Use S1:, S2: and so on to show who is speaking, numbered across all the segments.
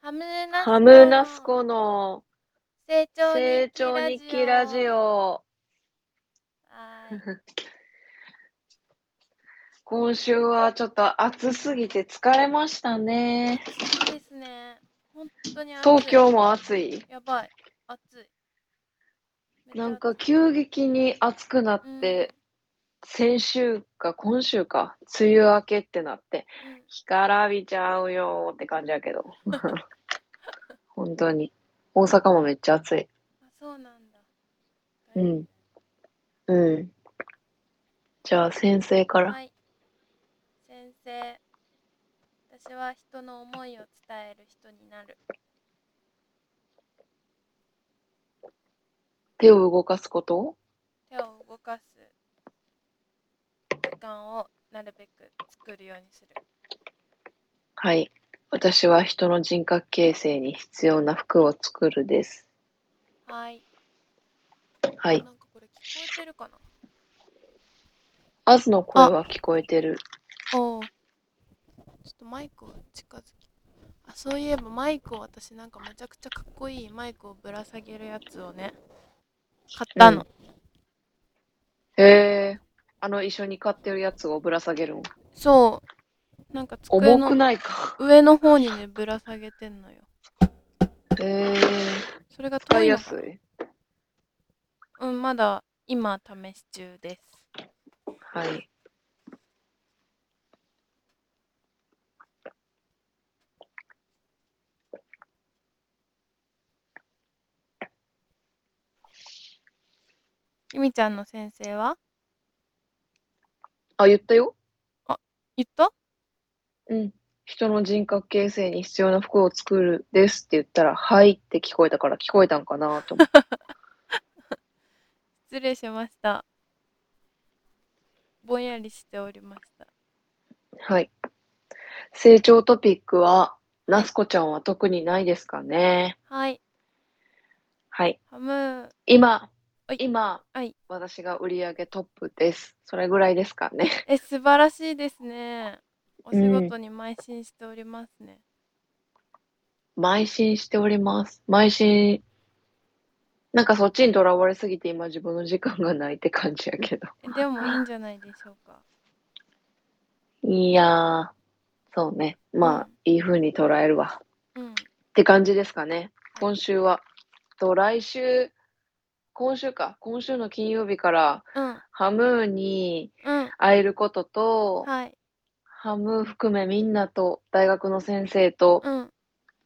S1: ハムナスコ
S2: ハムナスコの
S1: 成長
S2: 成長日記ラジ
S1: は
S2: オ。
S1: ーい
S2: 今週はちょっと暑すぎて疲れましたね。
S1: そうですね本当に暑い
S2: 東京も暑い。
S1: やばい暑い
S2: なんか急激に暑くなって、先週か今週か、梅雨明けってなって、干からびちゃうよーって感じやけど。 本当に。大阪もめっちゃ暑い。
S1: あそうなんだ
S2: うん。うん。じゃあ先生から。
S1: はい先生私は人の思いを伝える人になる
S2: 手を動かすこと
S1: 手を動かす時間をなるべく作るようにする
S2: はい。私は人の人格形成に必要な服を作るです。
S1: はい
S2: は
S1: あ
S2: い。
S1: なんかこれ聞こえてるかな
S2: アズの声は聞こえてる。
S1: おおちょっとマイクを近づきあそういえばマイクを私なんかめちゃくちゃかっこいいマイクをぶら下げるやつをね買ったの、
S2: へえ。あの、一緒に買ってるやつをぶら下げるの。
S1: そうなんか机
S2: 重く
S1: の
S2: ないか。
S1: 上の方にねぶら下げてんのよ
S2: へえ。
S1: それが遠
S2: 使い
S1: いの
S2: や
S1: か
S2: すい。
S1: うんまだ今試し中です
S2: はい。
S1: ゆみちゃんの先生は
S2: あ、言ったよ。
S1: 言った
S2: うん。人の人格形成に必要な服を作るですって言ったら、はいって聞こえたから聞こえたんかなと思 って。
S1: 失礼しましたぼんやりしておりました
S2: はい。成長トピックは、ナスコちゃんは特にないですかね。
S1: はい
S2: はい。
S1: ハム
S2: 今、
S1: はい
S2: 今、
S1: はい
S2: 私が売り上げトップです。それぐらいですかね。
S1: え素晴らしいですねお仕
S2: うん
S1: 事に邁進しておりますね、
S2: 邁進しております。邁進、なんかそっちにとらわれすぎて今自分の時間がないって感じやけど。
S1: えでもいいんじゃないでしょうか
S2: いやー、そうね。まあ、いい風に捉えるわ。
S1: うん
S2: って感じですかね。今週は。と、来週、今週か。今週の金曜日から、
S1: うん
S2: ハムーに
S1: うん
S2: 会えることと、
S1: はい
S2: ハムー含めみんなと、大学の先生と、
S1: うん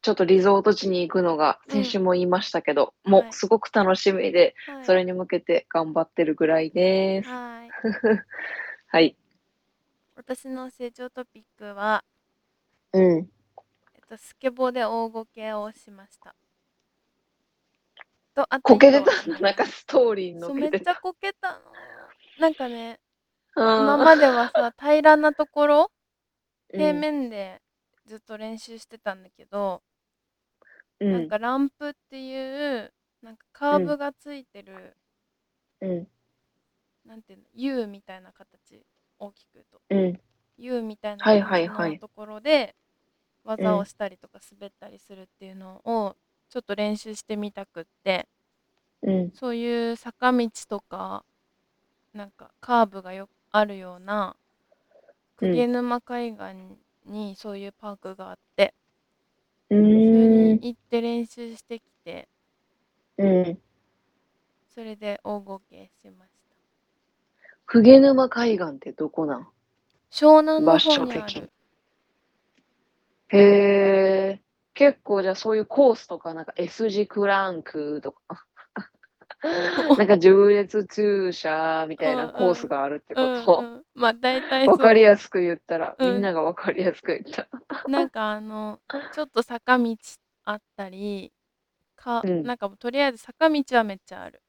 S2: ちょっとリゾート地に行くのが
S1: うん
S2: 先週も言いましたけど、
S1: はい
S2: もうすごく楽しみで、
S1: はい
S2: それに向けて頑張ってるぐらいです。
S1: はい
S2: はい。
S1: 私の成長トピックは、
S2: うん。
S1: えっと、スケボーで大ごけをしましたとあと
S2: こけて
S1: 一個
S2: たん だ。なんかストーリーに
S1: そう
S2: 載
S1: め
S2: っ
S1: っ
S2: けて
S1: ちゃ
S2: た。
S1: こけたのなんかね今
S2: うん
S1: まではさ平らなところ平
S2: うん
S1: 面でずっと練習してたんだけど、
S2: う
S1: なん
S2: ん
S1: かランプっていうなんかカーブがついてる、
S2: うん
S1: なんていうの U みたいな形大きく言うと
S2: うん。
S1: U みたいな
S2: はいは
S1: 形
S2: いはい
S1: のところで技
S2: う
S1: を
S2: ん
S1: したりとか滑ったりするっていうのをちょっと練習してみたくって
S2: うん。
S1: そういう坂道とかなんかカーブがよあるような
S2: うん
S1: 鵠沼海岸にそういうパークがあってそ
S2: う
S1: れ
S2: ー
S1: に
S2: ん。
S1: 行って練習してきて
S2: うん。
S1: それで大合計しました。
S2: くげ沼海岸ってどこなん
S1: 湘南の
S2: 場
S1: 方
S2: 所
S1: にあ
S2: 的に
S1: る。
S2: へえ。結構じゃあそういうコースとか、なんか S 字クランク とか、なんか重列駐車みたいなコースがあるって
S1: う
S2: こ
S1: ん
S2: と。
S1: うん、まあ大体そ
S2: わかり
S1: う
S2: やすく言ったら、
S1: うん
S2: みんながわかりやすく言った。
S1: なんかあのちょっと坂道あったりか、
S2: うん
S1: なんかもうとりあえず坂道はめっちゃある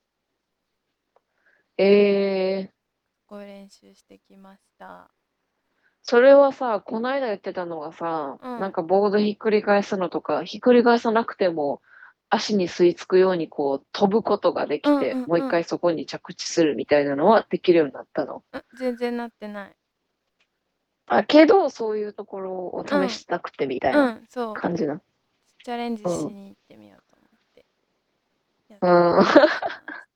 S2: えー、
S1: こう練習してきました
S2: それはさ、こないだ言ってたのがさ、
S1: うん
S2: なんかボードひっくり返すのとか、ひっくり返さなくても、足に吸い付くようにこう飛ぶことができて、
S1: うんうんうん
S2: もう一回そこに着地するみたいなのはできるようになったの。
S1: うん全然なってない
S2: あ、けど、そういうところを試したくてみたいうなん
S1: そう
S2: 感じな。
S1: ちっちチャレンジしに行ってみようと思ってやって
S2: う
S1: みま
S2: ん
S1: した。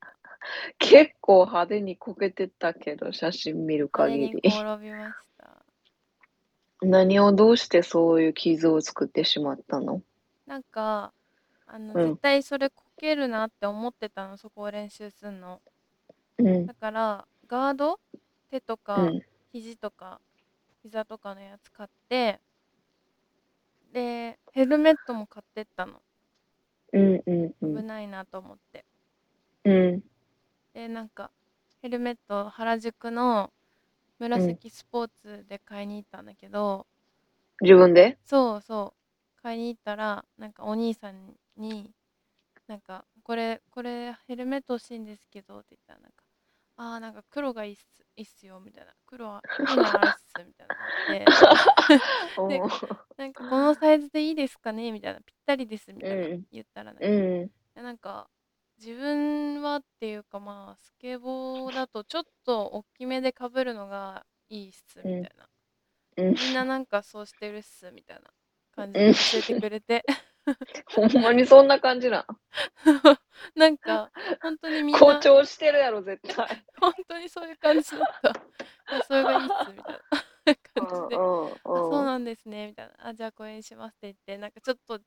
S2: 結構派手にこけてたけど、写真見る
S1: これ
S2: 限
S1: に
S2: り。
S1: 転びました。
S2: 何をどうしてそういう傷を作ってしまったの
S1: なんかあの、
S2: うん
S1: 絶対それこけるなって思ってたのそこを練習するの
S2: うん
S1: だ。からガード手とか、
S2: うん。
S1: 肘とか膝とかのやつ買ってでヘルメットも買ってったの
S2: うん。うん。う
S1: 危
S2: ん
S1: ないなと思って
S2: うん。
S1: でなんかヘルメット原宿の紫スポーツで買いに行ったんだけど、
S2: 自分で
S1: そうそう買いに行ったらなんかお兄さんになんかこれこれヘルメット欲しいんですけどって言ったらなんかああなんか黒がいいっすいいっすよみたいな黒はいいのあるっすみたいなのがあって
S2: お
S1: で
S2: ー
S1: なんかこのサイズでいいですかねみたいなぴったりですみたいな
S2: うん
S1: 言ったらなんか,、
S2: うん。
S1: なんか自分はっていうかまあスケボーだとちょっと大きめでかぶるのがいいっすみたいな、
S2: うん。
S1: みんななんかそうしてるっすみたいな感じで教えてくれて
S2: ほんまにそんな感じなん。
S1: なんか本当にみんな
S2: 誇張してるやろ、絶対。
S1: 本当にそういう感じだったいやそれがいいっすみたいな感じであそうなんですねみたいなあじゃあ公演しますって言ってなんかちょっと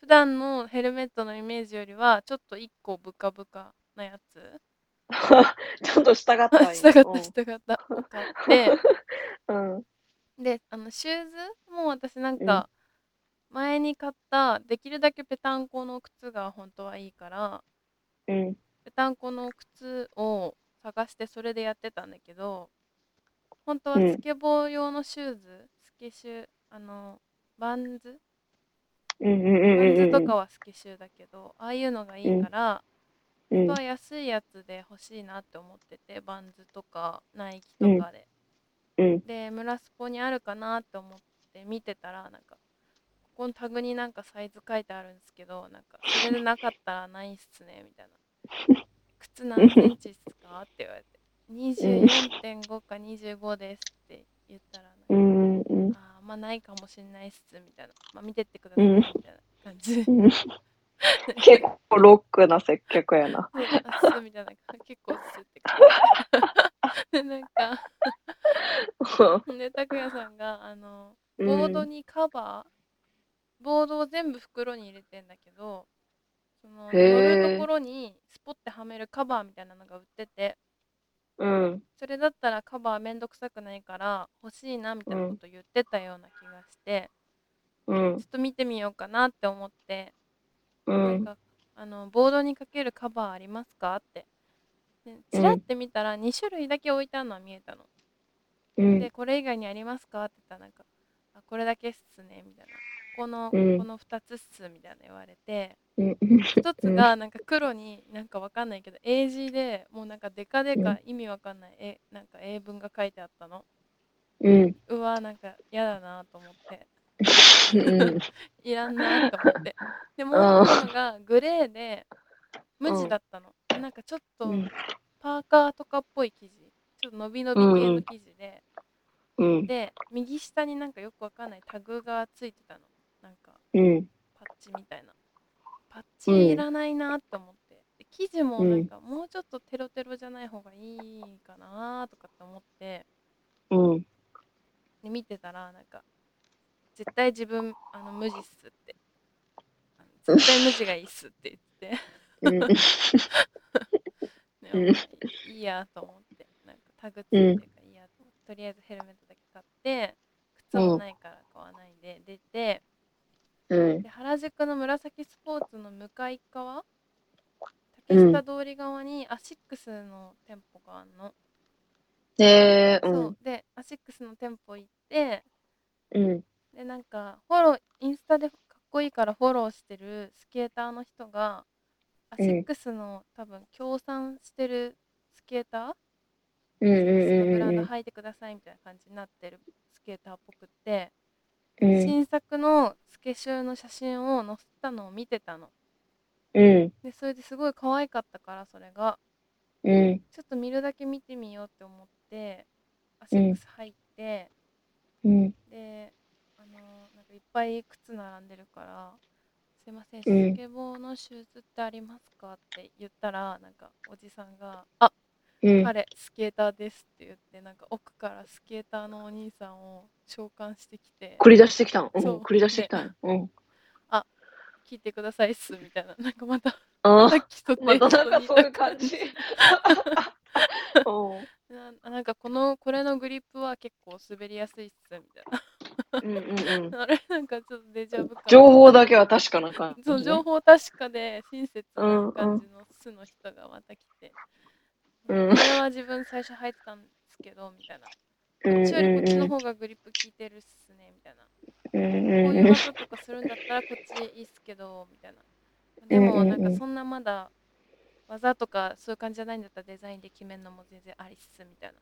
S1: 普段のヘルメットのイメージよりはちょっと1個ブカブカなやつ
S2: ちょっと従っ たんや。
S1: したかったしたかったを買って
S2: うん。
S1: であのシューズも私なんか前に買ったできるだけぺたんこの靴が本当はいいから
S2: うん。
S1: ぺたんこの靴を探してそれでやってたんだけど本当は
S2: うん
S1: スケボー用のシューズ、スケシュあのバンズ
S2: うんうんうん
S1: ポン
S2: う
S1: ズ
S2: ん
S1: とかはスケシュだけど、ああいうのがいいから、
S2: う
S1: 本
S2: ん
S1: 当は安いやつで欲しいなって思ってて、バンズとかナイキとかで。
S2: うん
S1: で、ムラスポにあるかなって思って見てたら、なんか、ここのタグになんかサイズ書いてあるんですけど、なんか、それでなかったらないっすね、みたいな。 靴何センチっすかって言われて、24.5か25ですって言ったら、なんか
S2: うんうん
S1: あーまあないかもしれないっすみたいな、まあ、見てってくださいみたいな感じで、
S2: うん結構ロックな接客やな。
S1: そうあそうみたいな結構すって感じでなんかで拓哉さんがあの
S2: う
S1: ボード
S2: ん
S1: にカバー、ボードを全部袋に入れてんだけどその
S2: へー
S1: 乗るところにスポッてはめるカバーみたいなのが売ってて
S2: うん
S1: それだったらカバーめんどくさくないから欲しいなみたいなこと言ってたような気がして、
S2: うん
S1: ちょっと見てみようかなって思って
S2: う
S1: なん
S2: ん
S1: かあのボードにかけるカバーありますかってでちらって見たら2種類だけ置いてあるのは見えたの、
S2: うん
S1: でこれ以外にありますかって言ったらなんかあこれだけっすねみたいなこの、
S2: うん
S1: この2つっすみたいな言われて
S2: うん
S1: 1つがなんか黒になんかわかんないけど英字でもうなんかデカデカ意味わかんないえなんか英文が書いてあったの
S2: うん
S1: うわなんか嫌だなと思って
S2: うん
S1: いらんなと思ってでもう
S2: うん
S1: 1個がグレーで無地だったの、なんかちょっと、パーカーとかっぽい生地ちょっと伸び伸び系の生地で、
S2: うん
S1: で右下になんかよくわかんないタグがついてたのなんか
S2: うん
S1: パッチみたいなパッチいらないなって思って、で生地もなんかもうちょっとテロテロじゃない方がいいかなとかって思って
S2: うん
S1: で見てたらなんか絶対自分あの無地っすってあの絶対無地がいいっすって言って
S2: うん
S1: ねま
S2: うん
S1: あいいやと思ってなんかタグついてるからいいやと思って、とりあえずヘルメットだけ買って靴もないから買わないで出て、
S2: うん
S1: で原宿の紫スポーツの向かい側
S2: う
S1: 竹
S2: ん
S1: 下通り側にアシックスの店舗があるの、
S2: へえう
S1: そ
S2: ん
S1: うでアシックスの店舗行って
S2: うん
S1: でなんかフォローインスタでかっこいいからフォローしてるスケーターの人がアシックスの、多分協賛してるスケーター
S2: うんうん
S1: ブラン
S2: う
S1: ド
S2: ん
S1: 履いてくださいみたいな感じになってるスケーターっぽくって、
S2: うん
S1: 新作のスケシューの写真を載せたのを見てたの
S2: うん
S1: でそれですごい可愛かったからそれが
S2: うん
S1: ちょっと見るだけ見てみようって思ってアシ
S2: うん
S1: ックス入って、
S2: うん
S1: であのーなんかいっぱい靴並んでるからすいません、
S2: うん
S1: スケボーのシューズってありますかって言ったら、なんかおじさんが、あ
S2: うん。
S1: 彼、スケーターですって言って、なんか奥からスケーターのお兄さんを召喚してきて、
S2: 繰り出してきたん。うん。
S1: そう
S2: 繰り出してきたん。うん。
S1: 聞いてくださいっすみたいな、 なんかまた、
S2: あ
S1: ま
S2: あ
S1: た。基礎
S2: ま
S1: 点
S2: たなんかそういう感じ。うん
S1: ななんかこの、これのグリップは結構滑りやすいっすみたい
S2: うんうんうん。
S1: な。あれなんかちょっとデジャブ感。
S2: 情報だけは確かな感じね。
S1: そう情報確かで親切な感じの素の人がまた来て、
S2: うん
S1: これは自分最初入ってたんですけどみたいな、
S2: うん
S1: こっちよりこっちの
S2: う
S1: 方がグリップ効いてるっすねみたいな、
S2: んうん
S1: こう
S2: うん
S1: いううん技とかするんだったらこっちいいっすけどみたいなでも
S2: うんうん
S1: な
S2: うん
S1: んかそんなまだ技とかそういう感じじゃないんだったらデザインで決めるのも全然ありっすみたいな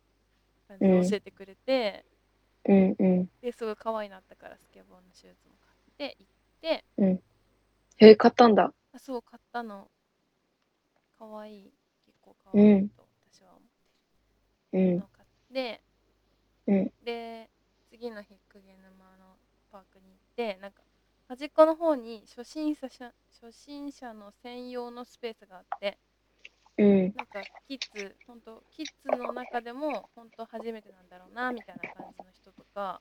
S1: 感じで教えてくれて、
S2: うんうん。
S1: ですごい可愛いなったからスケボーのシューズも買って行って
S2: へえ、買ったんだ。
S1: あそう買ったのかわいい結構かわいいと私は思っ
S2: う
S1: てる
S2: ん
S1: のを買って、
S2: うん
S1: で次の日公家沼のパークに行ってなんか端っこの方に初心者初心者の専用のスペースがあって
S2: うん
S1: なんかキッズ本当キッズの中でも本当初めてなんだろうなみたいな感じの人とか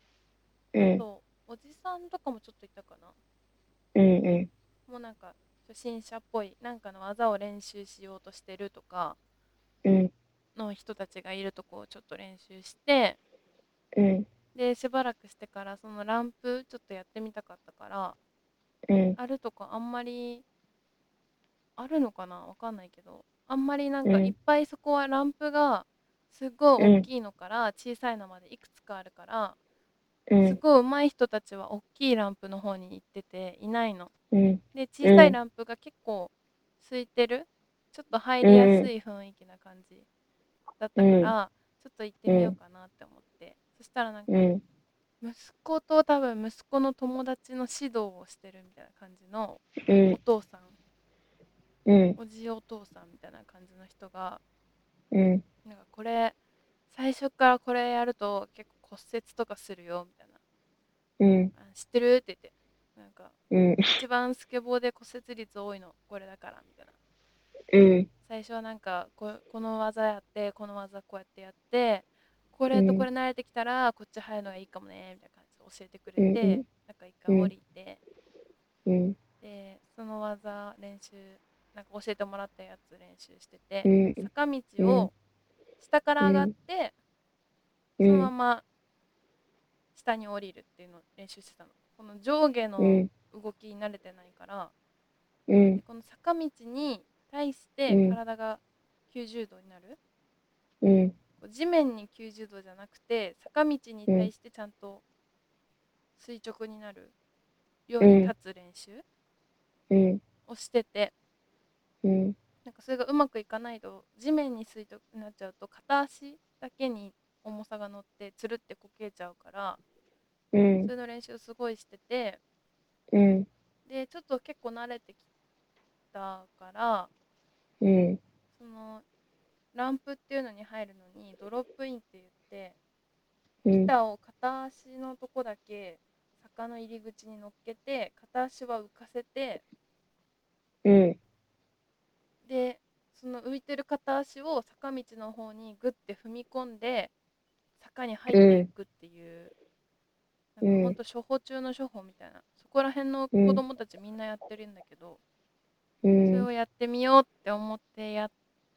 S2: うん
S1: あとおじさんとかもちょっといたかな
S2: うんうん
S1: もうなんか初心者っぽいなんかの技を練習しようとしてるとか
S2: うん
S1: の人たちがいるとこをちょっと練習して
S2: うん
S1: でしばらくしてからそのランプちょっとやってみたかったから
S2: うん
S1: あるとこあんまりあるのかなわかんないけどあんまりなんか
S2: うん
S1: いっぱいそこはランプがすごい大きいのから小さいのまでいくつかあるから
S2: う
S1: す
S2: ん
S1: ごい上手い人たちは大きいランプの方に行ってていないの。
S2: うん
S1: で小さいランプが結構空いてるちょっと入りやすい雰囲気な感じだったから、
S2: うん
S1: ちょっと行ってみようかなって思って、そしたらなんか
S2: うん
S1: 息子と多分息子の友達の指導をしてるみたいな感じの
S2: うん
S1: お父さん
S2: うん
S1: おじいお父さんみたいな感じの人が
S2: うん
S1: なんかこれ最初からこれやると結構骨折とかするよみたい
S2: うん
S1: なあ知ってるって言ってなんか
S2: うん
S1: 一番スケボーで骨折率多いのこれだからみたいな。
S2: うん
S1: 最初はなんかここの技やってこの技こうやってやってこれとこれ慣れてきたらこっち入るのがいいかもねみたいな感じで教えてくれて、
S2: うんうん
S1: なんか一回降りて、
S2: うん
S1: でその技練習なんか教えてもらったやつ練習してて、
S2: うん
S1: 坂道を下から上がって、
S2: う
S1: そのま
S2: ん
S1: ま下に降りるっていうのを練習してたのこの上下の
S2: うん
S1: 動きに慣れてないから、
S2: うん
S1: でこの坂道に対して
S2: うん
S1: 体が90度になる、
S2: うん
S1: こう地面に90度じゃなくて坂道に対してちゃんと垂直になるように立つ練習
S2: うん
S1: をしてて
S2: うん
S1: なんかそれがうまくいかないと地面に垂直になっちゃうと片足だけに重さが乗ってつるってこけちゃうから
S2: うん
S1: それの練習をすごいしてて
S2: うん
S1: でちょっと結構慣れてきたから
S2: うん
S1: そのランプっていうのに入るのにドロップインって言って
S2: うん
S1: 板を片足のとこだけ坂の入り口に乗っけて片足は浮かせて
S2: うん
S1: でその浮いてる片足を坂道の方にグッて踏み込んで坂に入っていくっていう、
S2: うん
S1: なんかほんと処方中の処方みたいなそこら辺の子供たちみんなやってるんだけど、
S2: う
S1: それ
S2: ん
S1: をやってみようって思ってやっ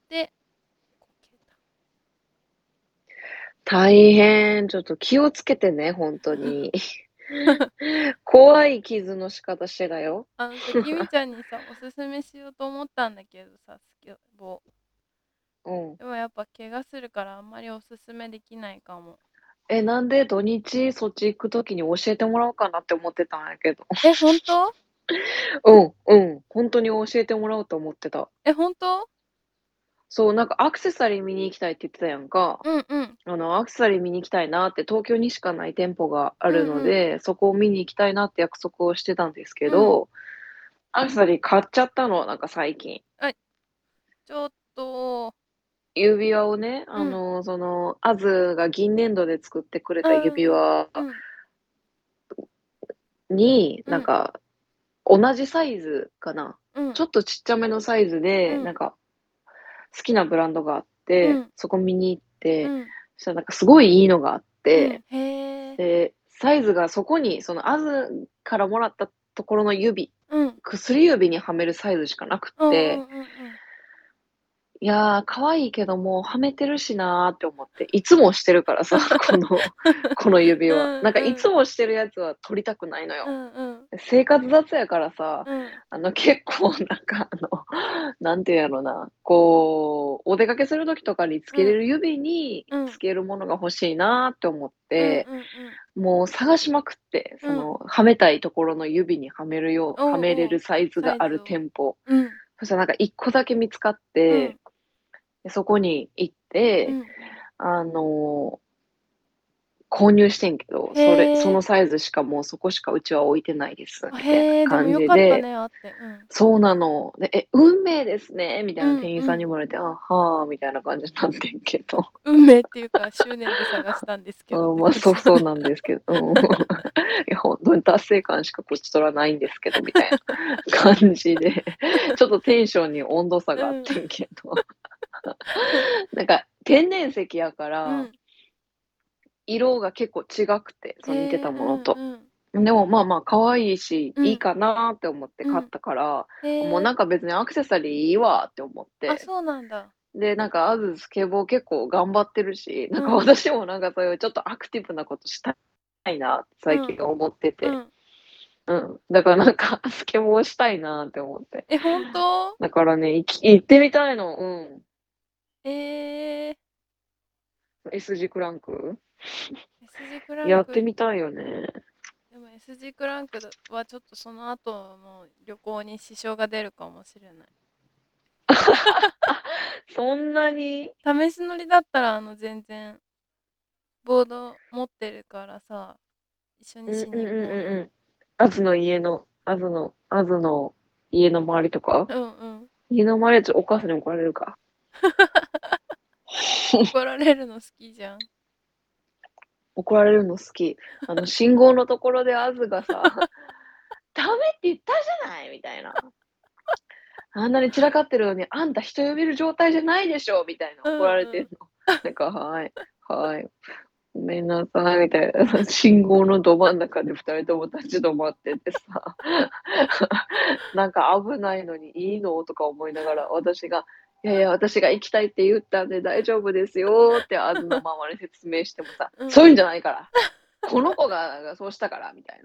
S1: てこけた
S2: 大変ちょっと気をつけてね本当に怖い傷の仕方してたよ
S1: あのさきみちゃんにさおすすめしようと思ったんだけどさスケボー。
S2: うん
S1: でもやっぱ怪我するからあんまりおすすめできないかも。
S2: えなんで土日そっち行くときに教えてもらおうかなって思ってたんやけど
S1: え、本当
S2: うんうん本当に教えてもらおうと思ってた
S1: え、本当
S2: そう、なんかアクセサリー見に行きたいって言ってたやんか。
S1: うんうん。
S2: あの、アクセサリー見に行きたいなって、東京にしかない店舗があるので、そこを見に行きたいなって約束をしてたんですけど、アクセサリー買っちゃったの、なんか最近。
S1: ちょっと、
S2: 指輪をね、あ
S1: うん
S2: の、その、アズが銀粘土で作ってくれた指輪
S1: うん、
S2: に、
S1: うん
S2: なんか、同じサイズかな。
S1: うん
S2: ちょっとちっちゃめのサイズで、
S1: うん
S2: なんか、好きなブランドがあって、
S1: うん
S2: そこ見に行って、
S1: うん
S2: そしたらなんかすごいいいのがあって、
S1: うんへえ
S2: で、サイズがそこに、その、アズからもらったところの指、
S1: うん
S2: 薬指にはめるサイズしかなく
S1: うんうん
S2: て、
S1: うんうん
S2: いやー、可愛いけどもうはめてるしなーって思って、いつもしてるか らさ、この、この指
S1: うんう
S2: は。
S1: ん
S2: なんかいつもしてるやつは取りたくないのよ。
S1: うんうん
S2: 生活雑やからさ、
S1: うん
S2: あの結構なんかあの、なんていうんやろな、こう、お出かけするときとかにつけれる指に
S1: うん
S2: つけるものが欲しいなーって思って、
S1: うんうんうん
S2: もう探しまくって、その、はめたいところの指にはめるよう、
S1: うんうん
S2: はめれるサイズがあ
S1: サイ
S2: る
S1: ズを
S2: 店舗。
S1: うん
S2: そしたらなんか一個だけ見つかって、でそこに行って、
S1: うん
S2: あのー購入してんけど、そ
S1: へ
S2: れ、
S1: ー
S2: そのサイズしかもうそこしかうちは置いてないです、み
S1: あ
S2: たい
S1: へえ
S2: な
S1: でも
S2: 感じ
S1: よ
S2: で。
S1: かったねあってうん
S2: そうなの。で、え、運命ですね、みたい
S1: うん
S2: な店員さんにも言われて、あ、はあ、みたいな感じになってんけど。
S1: 運命っていうか執念で探したんですけど
S2: うん、まあ、そ うそうなんですけど。うん、 いや、本当に達成感しかこっちとらないんですけど、みたいな 感じで、ちょっとテンションに温度差があってんけ ど。なんか、天然石やから、
S1: うん
S2: 色が結構違くて、その似てたものと
S1: う。んうん
S2: でもまあまあ可愛いし、
S1: うん
S2: いいかなって思って買ったから、
S1: へえ
S2: もうなんか別にアクセサリーいいわって思って、
S1: あそうなんだ
S2: で、なんかアズスケボー結構頑張ってるし、なん
S1: うん
S2: か私もなんかそういうちょっとアクティブなことしたいなって最近思ってて、
S1: う
S2: うん。
S1: ん
S2: だからなんか スケボーしたいなって思って。
S1: え本当
S2: だからね、行き行ってみたいの、うん。
S1: えー
S2: S 字クランク
S1: S 字クランク
S2: やってみたいよね。
S1: でも S 字クランクはちょっとその後の旅行に支障が出るかもしれない
S2: そんなに
S1: 試し乗りだったらあの全然ボード持ってるからさ一緒に
S2: うん
S1: し
S2: うん
S1: に行こう
S2: うんうんうん。アズの家の、アズの、アズの家の周りとか
S1: うんうん
S2: 家の周りはちょっとお母さんに怒られるか。
S1: 怒られるの好きじゃん
S2: 怒られるの好き。あ の、信号のところでアズがさ、 ダメって言ったじゃないみたいな。あんなに散らかってるのに、あんた人呼べる状態じゃないでしょみたいな怒られてるの。なんか、はい、はい。ごめんなさい、みたいな。信号のど真ん中で二人とも立ち止まっててさ、 なんか危ないのにいいのとか思いながら、私が、いやいや、私が行きたいって言ったんで大丈夫ですよって、あずのママに説明してもさ、
S1: うん
S2: そういうんじゃないから、この子がそうしたから、みたいな。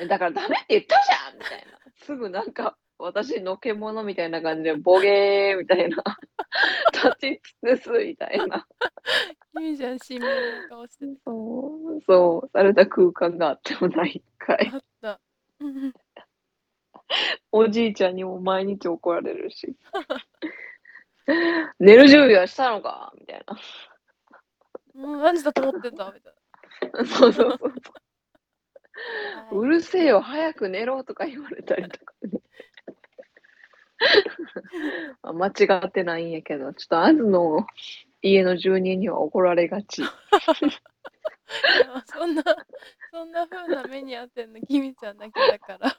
S2: えだからダメって言ったじゃんみたいな。すぐなんか、私のけ者みたいな感じで、ボゲーみたいな。 立ち尽くすみたいな。
S1: いいじゃん親密な顔してて
S2: そう、そう、された空間があってもないかい。
S1: あった うんうん
S2: おじいちゃんにも毎日怒られるし。 寝る準備はしたのかみたいな。
S1: もう何時だと思ってたみたい
S2: そうそうそう。
S1: な、はいう
S2: るせえよ、早く寝ろとか言われたりとかね。 あ間違ってないんやけど、ちょっとあずの家の住人には怒られがち。
S1: いやそんなそんな風な目に遭ってんのキミちゃんだけだから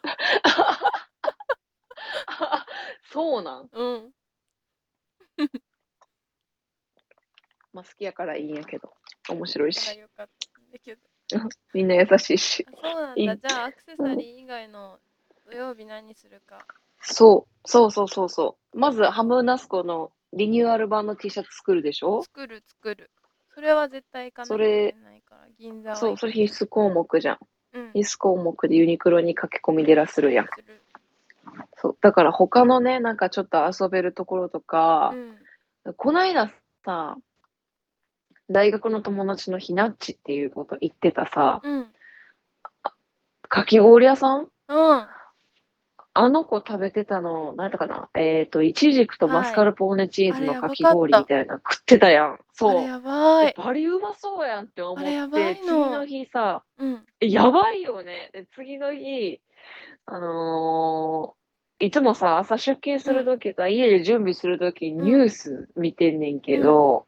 S2: そうなん。
S1: うん
S2: まあ、好きやからいいんやけど、面白い
S1: だから
S2: し、
S1: よかったんだけど
S2: みんな優しいし。
S1: あそう
S2: い
S1: なんだじゃあアクセサリー以外の土曜日何するか
S2: そう、そうそうそうそう。まず、ハムナスコのリニューアル版の T シャツ作るでしょ
S1: 作る作るそれは絶対行かなきゃ
S2: それ
S1: いけないから銀座は
S2: そう、
S1: 行く
S2: それ必須項目じゃん。
S1: うん
S2: 必須項目でユニクロに駆け込み寺するやん。
S1: する
S2: そう、だから他のね、なんかちょっと遊べるところとか
S1: う、ん
S2: こないださ、大学の友達のひなっちっていうこと言ってたさ、
S1: うん
S2: かき氷屋さん
S1: うん
S2: あの子食べてたの、なんだかなえっ、と、いちじくとマスカルポーネチーズ
S1: は
S2: の
S1: い
S2: かき氷みたいな食ってたやん。
S1: あ
S2: そう
S1: れ。やば
S2: え
S1: い
S2: バリうまそうやんって思っ
S1: あれ
S2: て、
S1: やばいの
S2: 次の日さ、
S1: うん
S2: えやばいよね。で次の日、あのーいつもさ、朝出勤するときさ、家で準備するとき、ニュース見てんねんけど、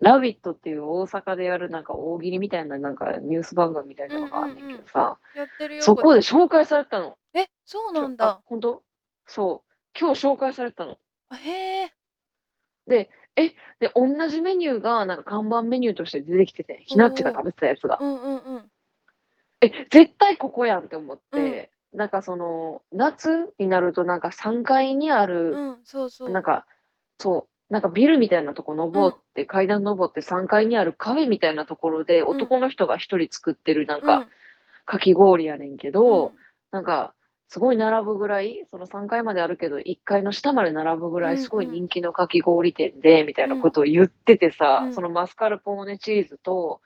S2: ラビットっていう大阪でやるなんか大喜利みたいななんかニュース番組みたいなのがあんねんけどさ、
S1: やってるよ
S2: そこで
S1: っち
S2: 紹介されたの。
S1: えそうなん
S2: あ
S1: だ
S2: 本当そう。今日紹介されたの。
S1: あへえ
S2: で、同じメニューがなんか看板メニューとして出てきてて、ひなっちが食べてたやつが
S1: う。んうんうん
S2: え、絶対ここやんって思って、なんかその、夏になるとなんか3階にある、
S1: うんそうそう
S2: なんか、そう、なんかビルみたいなとこ登って、階段登って3階にあるカフェみたいなところで、
S1: ん
S2: 男の人が一人作ってるなん
S1: う
S2: か
S1: ん
S2: かき氷やねんけど、
S1: うん
S2: なんか、すごい並ぶぐらい、その3階まであるけど、1階の下まで並ぶぐ
S1: う
S2: らい、
S1: んうん
S2: すごい人気のかき氷店で、みたいなことを言っててさ、
S1: うん
S2: そのマスカルポーネチーズと、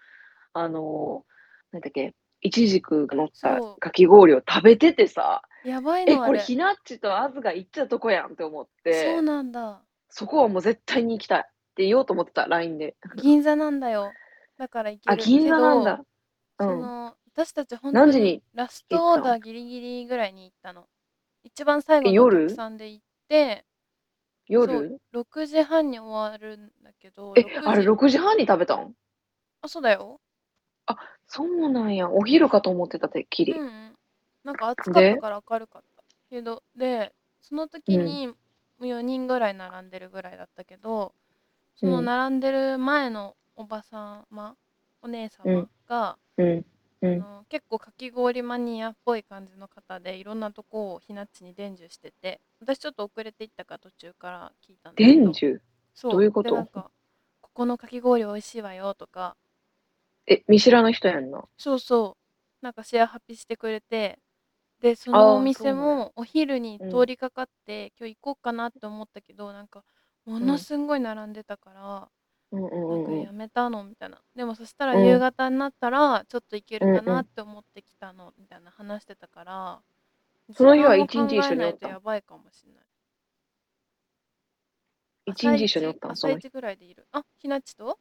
S2: あのー、なんだっけ、イチジクが乗った
S1: そう
S2: かき氷を食べててさ、
S1: やばい
S2: え、
S1: のあ
S2: こ
S1: れ
S2: れひなっちとあずが行っちゃうとこやんって思っ
S1: そ
S2: て
S1: う、なんだ
S2: そこはもう絶対に行きたいって言おうと思ってた、LINE で。
S1: 銀座なんだよだから行ける
S2: あ、銀座なんだ。
S1: け
S2: う
S1: どそ
S2: ん。
S1: の私たち本当
S2: 何時に
S1: にラストオーダーギリギリぐらいに行ったの一番最後
S2: え
S1: のお
S2: 夜
S1: 客さんで行って
S2: 夜
S1: 6時半に終わるんだけど
S2: え
S1: 6時、
S2: あれ6時半に食べたん
S1: あそうだよ
S2: そうなんや。お昼かと思ってた、てっきり
S1: う。ん、なんか暑かったから明るかったけどでその時にもう4人ぐらい並んでるぐらいだったけどその
S2: うん
S1: 並んでる前のおばさまお姉さまが、
S2: う
S1: あ
S2: ん。うん。
S1: の結構かき氷マニアっぽい感じの方でいろんなとこをひなっちに伝授してて私ちょっと遅れていったから途中から聞いたんだけど
S2: 伝授
S1: そう
S2: どういうこと
S1: でなんかここのかき氷美味しいわよとか
S2: え、見知らぬ人やんな。
S1: そうそう。なんかシェアハピしてくれて、で、そのお店
S2: そうなん
S1: もお昼に通りかかって、今日行こうかなって思ったけど、なんか、ものすんごい並んでたから、
S2: うんうん
S1: なん
S2: う
S1: か
S2: んう
S1: や
S2: ん。
S1: めたのみたいな。でもそしたら
S2: うん
S1: 夕方になったら、ちょっと行けるか
S2: うんうん
S1: なって思ってきたのみたいな話してたから、
S2: その日は
S1: 時
S2: 一
S1: 間を
S2: 日一緒
S1: 考え
S2: に
S1: ない
S2: おっ
S1: と
S2: た
S1: やばいかもしれない。
S2: 一日一緒におったん
S1: 朝
S2: そ
S1: 一
S2: の
S1: 朝
S2: 日。
S1: 一ぐらいでいる。あ、ひなっちと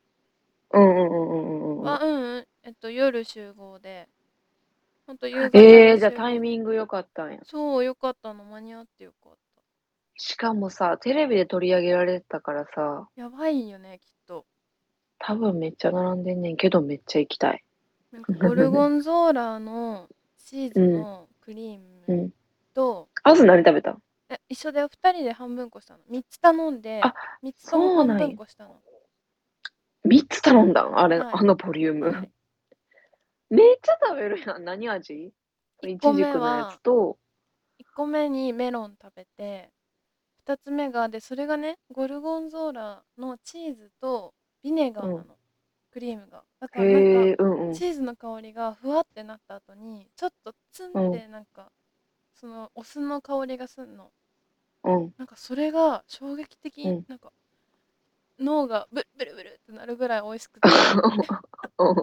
S2: うんうんうんうんうんうん。
S1: あ、うんうん。えっと、夜集合で。ほんと夕方に
S2: えー、じゃあ
S1: 集合
S2: タイミング良かったんや。
S1: そう、よかったの、間に合ってよかっ
S2: しかもさ、テレビで取り上げられてたからさ、
S1: た。やばいよね、きっと。
S2: 多分めっちゃ並んでんねんけど、めっちゃ行きたい。
S1: なん かゴルゴンゾーラのチーズのクリー
S2: う
S1: ム
S2: ん。
S1: と、
S2: あず何食べた
S1: え一緒だよ、2人で半分こしたの。3つ頼んで
S2: あ、
S1: 3つとも
S2: そう
S1: 半
S2: なんや
S1: 分こしたの。
S2: ?3 つ頼んだんあれ、
S1: はい
S2: あのボリューム。
S1: はい
S2: めっちゃ食べるやん。何味い
S1: 1
S2: ち
S1: 個
S2: じ
S1: 目
S2: くのや
S1: は
S2: つ、と、
S1: 1個目にメロン食べて、2つ目が、で、それがね、ゴルゴンゾーラのチーズとビネガーなの、
S2: うん
S1: クリームが。だからなんか
S2: へえ、うんうん。
S1: チーズの香りがふわってなった後にちょっとツンってなんか、そのお酢の香りがすんの
S2: うん。
S1: なんかそれが衝撃的、
S2: うん
S1: なんか脳がブルブルブルってなるぐらい美味し くて
S2: うん
S1: っ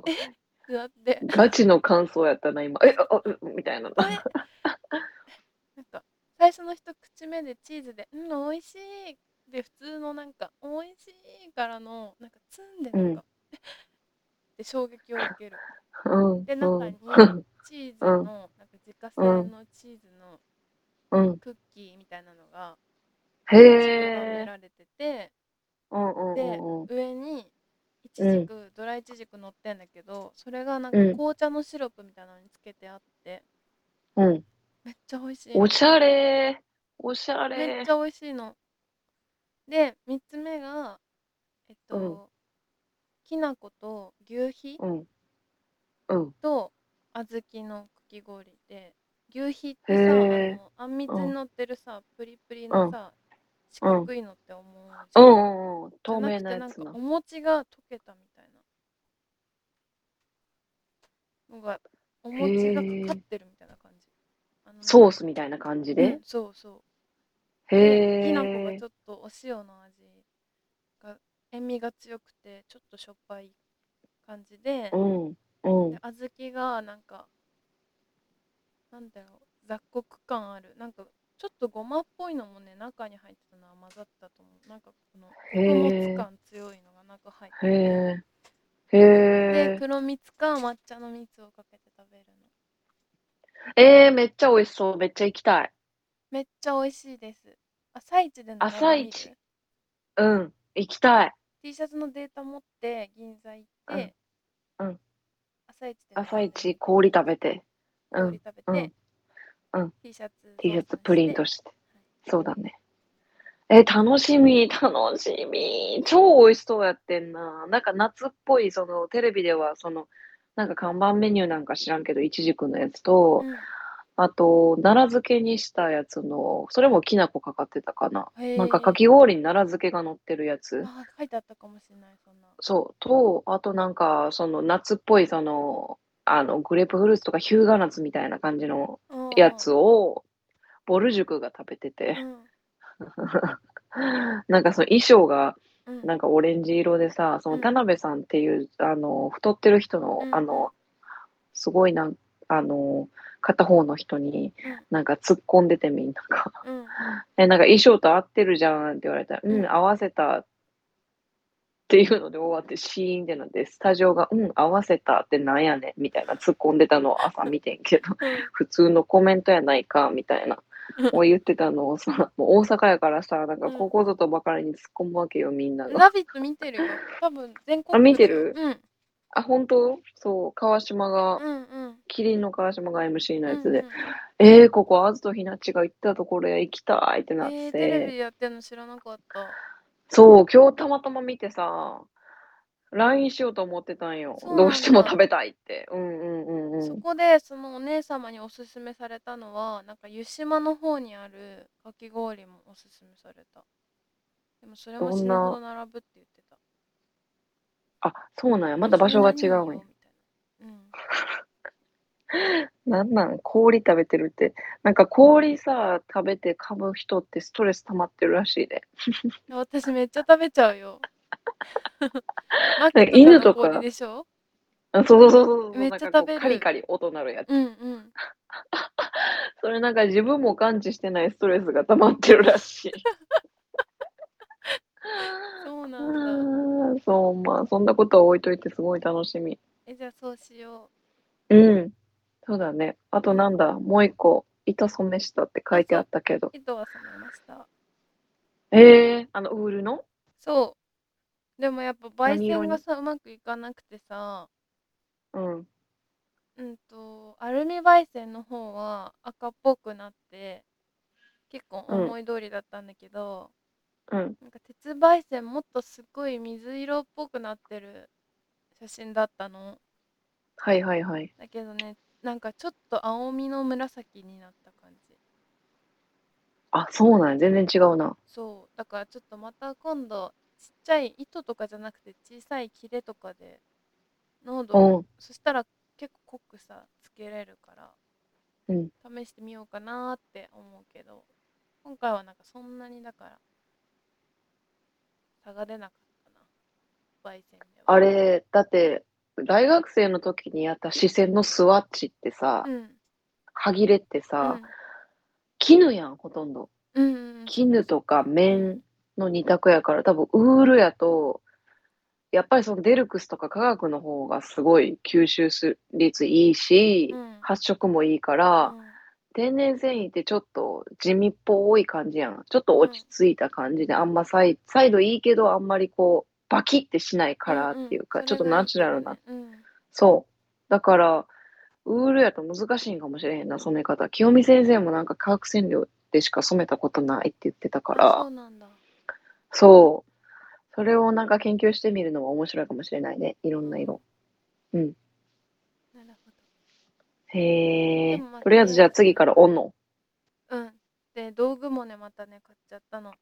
S1: てなって
S2: ガチの感想やったな、今。え、あ、あうんみたいな。
S1: あれなんか最初の一口目でチーズで「うん美味しい」で普通のなんか「美味しい」からのなんかツンでなんか、で衝撃を受ける
S2: うん。
S1: で中に
S2: うん
S1: チーズのなんか自家製のチーズの
S2: うん。
S1: クッキーみたいなのがチ
S2: へ
S1: ーズが練
S2: え。
S1: られてて、
S2: うんうんう
S1: で
S2: んうん。
S1: 上にいちじく、ドライイチジク乗ってんだけどそれがなんか
S2: うん
S1: 紅茶のシロップみたいなのにつけてあって
S2: うん。
S1: めっちゃ美味しいの
S2: おしゃれ。おしゃ
S1: めっ
S2: れ
S1: ち。ゃ美味しいので3つ目がえっと、
S2: うん
S1: きな粉と牛皮
S2: うん。うん。
S1: と小豆のかき氷で牛皮ってさあ
S2: へー
S1: のあんみつ
S2: うん
S1: に乗ってるさプリプリのさ、四角いのって思う
S2: う
S1: じゃん
S2: んうんうん。透明
S1: じ
S2: な
S1: ゃ
S2: や
S1: なく
S2: つ
S1: てなん
S2: な
S1: かお。餅が溶けたみたいなのがお餅がかかってるみたいな感じあの
S2: ソースみたいな感じ
S1: う
S2: で
S1: ん。そうそうで
S2: へ
S1: き
S2: え
S1: な粉がちょ。っとお塩の味が塩味が強くてちょっとしょっぱい感じで
S2: うん。うん
S1: で。小豆がなんかなんだろう雑穀感あるなんかちょっとごまっぽいのもね中に入ってたのは混ざったと思うなんかこの
S2: へ
S1: 穀物
S2: え。
S1: 感強いのが中入って
S2: へ
S1: て
S2: え。
S1: で
S2: へ
S1: 黒蜜か抹茶の蜜をかけて食べるの
S2: え。えー、めっちゃ美味しそう。めっちゃ行きたい。
S1: めっちゃ美味しいです朝一で並んでみる
S2: 朝一うん。行きたい。
S1: T シャツのデータ持って銀座行って、
S2: うんうん
S1: 朝一で
S2: 朝一氷食べて、う
S1: 氷
S2: ん、
S1: 食べて、
S2: うんうん
S1: T シャツ
S2: T シャツプリント
S1: し
S2: して。そうだね。え、楽しみ、楽しみ。超美味しそうやってんな。なんか夏っぽい、そのテレビでは、その、なんか看板メニューなんか知らんけど、いちじくのやつと、あと、奈良漬けにしたやつの、それもきな粉かかってたかな。なんかかき氷に奈良漬けが乗ってるやつ。
S1: あ書いてあったかもしれないそんな
S2: そう、と、あとなんか、その夏っぽい、その、あの、グレープフルーツとかヒューガナツみたいな感じの
S1: うん
S2: やつを、ぼる塾が食べてて
S1: う。ん
S2: なんかその衣装が
S1: うん
S2: なんかオレンジ色でさ、その田辺さんっていう、あの太ってる人の
S1: う、ん
S2: あのすごいなんあの片方の人に
S1: うん
S2: なんか突っ込んでてみんなが
S1: うん
S2: 「えなんか衣装と合ってるじゃん」って言われたら「
S1: う
S2: うんん合わせた」っていうので終わってシーンってなってスタジオが「うん合わせた」ってなんやねんみたいな突っ込んでたのを朝見てんけど普通のコメントやないかみたいなを言ってたのを さもう大阪やからさなんかここぞとばかりに突っ込むわけよみんなが。
S1: ラビット見てるよ多分全国
S2: あ見てる
S1: うん
S2: あ本当そう川島が
S1: うんうん
S2: キリンの川島が MC のやつで
S1: うん
S2: 「えー、ここあずとひなっちが行ったところや行きたい」って
S1: うん
S2: なっ
S1: え
S2: て
S1: ー、、テレビでやってるの知らなかった
S2: そう今日たまたま見てさ LINE しようと思ってたんよ
S1: そうなんだ
S2: どうしても食べたいってうんうんうんう
S1: そ
S2: ん
S1: こでそのお姉様におすすめされたのはなんか湯島の方にあるかき氷もおすすめされたでもそれも死ぬほど並ぶって言ってた
S2: あそうなんやまた場所が違うんや
S1: みたいなうん
S2: なんなん氷食べてるってなんか氷さ食べて噛む人ってストレス溜まってるらしいで
S1: いや私めっちゃ食べちゃう よマック
S2: か
S1: の
S2: 犬とか
S1: 氷でしょ
S2: あそうそうそうそう
S1: めっちゃ
S2: なんかこ
S1: 食べ
S2: う
S1: る
S2: カリカリ音鳴るやつ
S1: うんうん
S2: それなんか自分も感知してないストレスが溜まってるらしい。
S1: そう
S2: あ
S1: なんだ
S2: ーそうまあそんなことは置いといてすごい楽しみ。
S1: えじゃあそうしよ
S2: うん。そうだね。あとなんだもう一個糸染めしたって書いてあったけど
S1: う。糸は染めました
S2: えー、あのウールの
S1: そうでもやっぱ焙
S2: 何色
S1: 煎
S2: に
S1: がさうまくいかなくてさ
S2: うん。
S1: うんとアルミ焙煎の方は赤っぽくなって結構
S2: うん
S1: 思い通りだったんだけど、
S2: うん。
S1: なんか鉄焙煎もっとすっごい水色っぽくなってる写真だったの
S2: はいはいはい。
S1: だけどねなんかちょっと青みの紫になった感じ
S2: あそうなんや全然違うな。
S1: そうだからちょっとまた今度ちっちゃい糸とかじゃなくて小さい切れとかで濃度
S2: う
S1: を
S2: ん。
S1: そしたら結構濃くさつけれるから、
S2: うん
S1: 試してみようかなって思うけど今回はなんかそんなにだから差が出なかったな焙煎では
S2: あれだって大学生の時にやった視線のスワッチってさ、
S1: うん
S2: 歯切れって
S1: うん
S2: さ、絹やんほとんど。
S1: うんうんうん
S2: 絹とか綿の二択やから多分ウールやとやっぱりそのデルクスとか化学の方がすごい吸収する率いいし、
S1: うん
S2: 発色もいいか
S1: う
S2: ら、
S1: ん
S2: 天然繊維ってちょっと地味っぽい感じやんちょっと落ち着いた感じで、あんまサイサイドいいけどあんまりこうバキってしないカラーっていうか、
S1: んん
S2: ちょっとナチュラルな、
S1: それがいいよね
S2: そうだからウールやと難しいんかもしれへんな染め方清美先生もなんか化学染料でしか染めたことないって言ってたか
S1: うん、あ
S2: ら
S1: そうなんだ
S2: そう。それをなんか研究してみるのは面白いかもしれないね。いろんな色。
S1: なるほど
S2: へえ
S1: でもまあ。
S2: とりあえずじゃあ次からオンの。
S1: うん。で、道具もね、またね、買っちゃったの。